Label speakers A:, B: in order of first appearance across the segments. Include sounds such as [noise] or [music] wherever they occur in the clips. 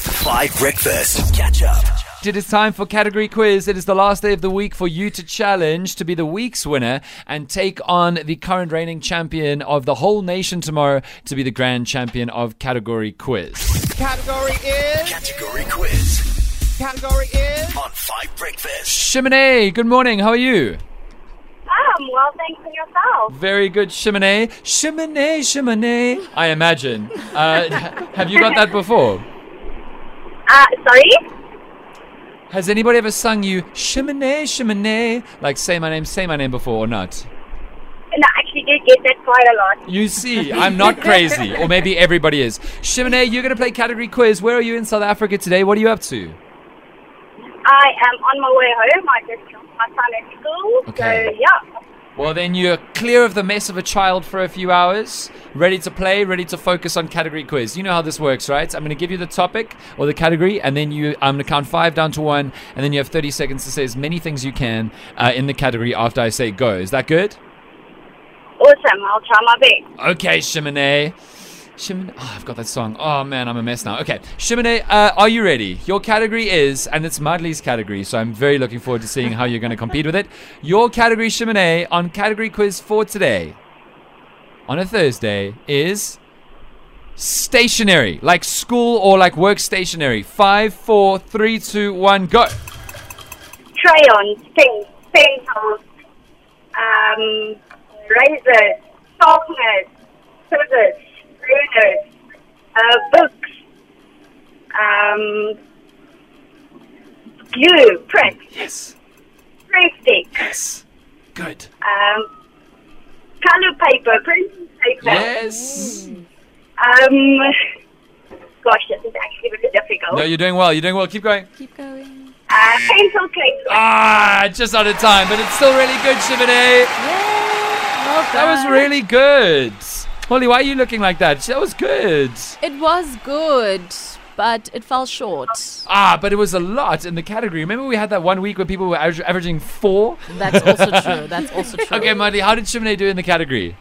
A: Five Breakfast. Catch up.
B: It is time for category quiz. It is the last day of the week for you to challenge to be the week's winner and take on the current reigning champion of the whole nation tomorrow to be the grand champion of category quiz.
C: Category is.
A: Category quiz
C: Category is.
A: on Five Breakfast.
B: Shimone, good morning. How are you?
D: Um, well, thanks for yourself.
B: Very good, Shimone. Shimone, Shimone. I imagine. Uh, [laughs] have you got that before?
D: Uh, sorry?
B: Has anybody ever sung you Shimone, Shimone? Like, say my name, say my name before or not?
D: No, I actually did get that quite a lot.
B: You see, I'm not crazy. or maybe everybody is. Shimone, you're going to play category quiz. Where are you in South Africa today? What are you up to?
D: I am on my way home. I just dropped my son at school.
B: Okay.
D: So, yeah.
B: Well, then you're clear of the mess of a child for a few hours, ready to play, ready to focus on category quiz. You know how this works, right? I'm going to give you the topic or the category, and then you, I'm going to count five down to one, and then you have 30 seconds to say as many things you can uh, in the category after I say go. Is that good?
D: Awesome. I'll try my best.
B: Okay, Shimone. Shimon, oh, I've got that song. Oh man, I'm a mess now. Okay, Shimone, uh, are you ready? Your category is, and it's Madly's category, so I'm very looking forward to seeing how you're going to compete with it. Your category, Shimone, on category quiz for today, on a Thursday, is stationary, like school or like work stationary. Five, four, three, two, one, go.
D: Crayons, pens, pencils, um, razors, sharpeners, scissors, rulers, uh, books, um, glue, print,
B: Yes,
D: print stick,
B: yes, good.
D: um, color paper, printing paper.
B: Yes.
D: Um, gosh, this is actually really difficult.
B: No, you're doing well. You're doing well. Keep going.
E: Keep going.
D: uh, pencil case.
B: Ah, just out of time, but it's still really good, Shivane. That was really good. Holly, why are you looking like that? That was good.
E: It was good, but it fell short.
B: Ah, but it was a lot in the category. Remember we had that one week where people were aver- averaging four?
E: That's also
F: [laughs]
E: true. That's also true.
B: Okay, Madly, how did Shimane do in the category?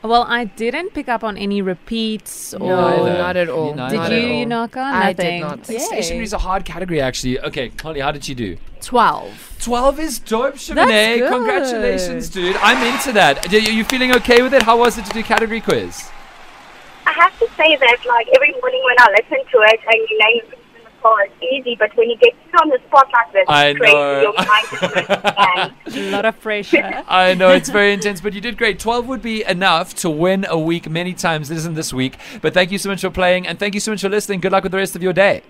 F: Well, I didn't pick up on any repeats or.
B: Neither.
G: not at all.
B: Neither.
F: Did
B: Not at
F: you,
B: all.
F: you knock on?
G: I did
F: Nothing.
G: not.
F: Yeah.
B: Stationery is a hard category, actually. Okay, Holly, how did she do?
E: 12.
B: 12 is dope,
F: That's
B: Shimane.
F: good.
B: Congratulations, dude. I'm into that. Are you you feeling okay with it? How was it to do category quiz?
D: I have to say that, like, every morning when I listen to it and you name it in the car, it's easy, but when you get put on the spot like this,
B: I
D: it's crazy.
B: know.
D: Your mind
B: [laughs]
D: is going
F: A lot of
E: [laughs]
F: pressure.
B: I know it's very intense, but you did great. 12 would be enough to win a week many times. It isn't this week. But thank you so much for playing and thank you so much for listening. Good luck with the rest of your day.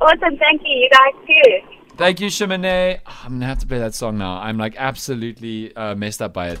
D: Awesome. Thank you. You guys too.
B: Thank you, Shimane. Ah, I'm going to have to play that song now. I'm like absolutely uh, messed up by it.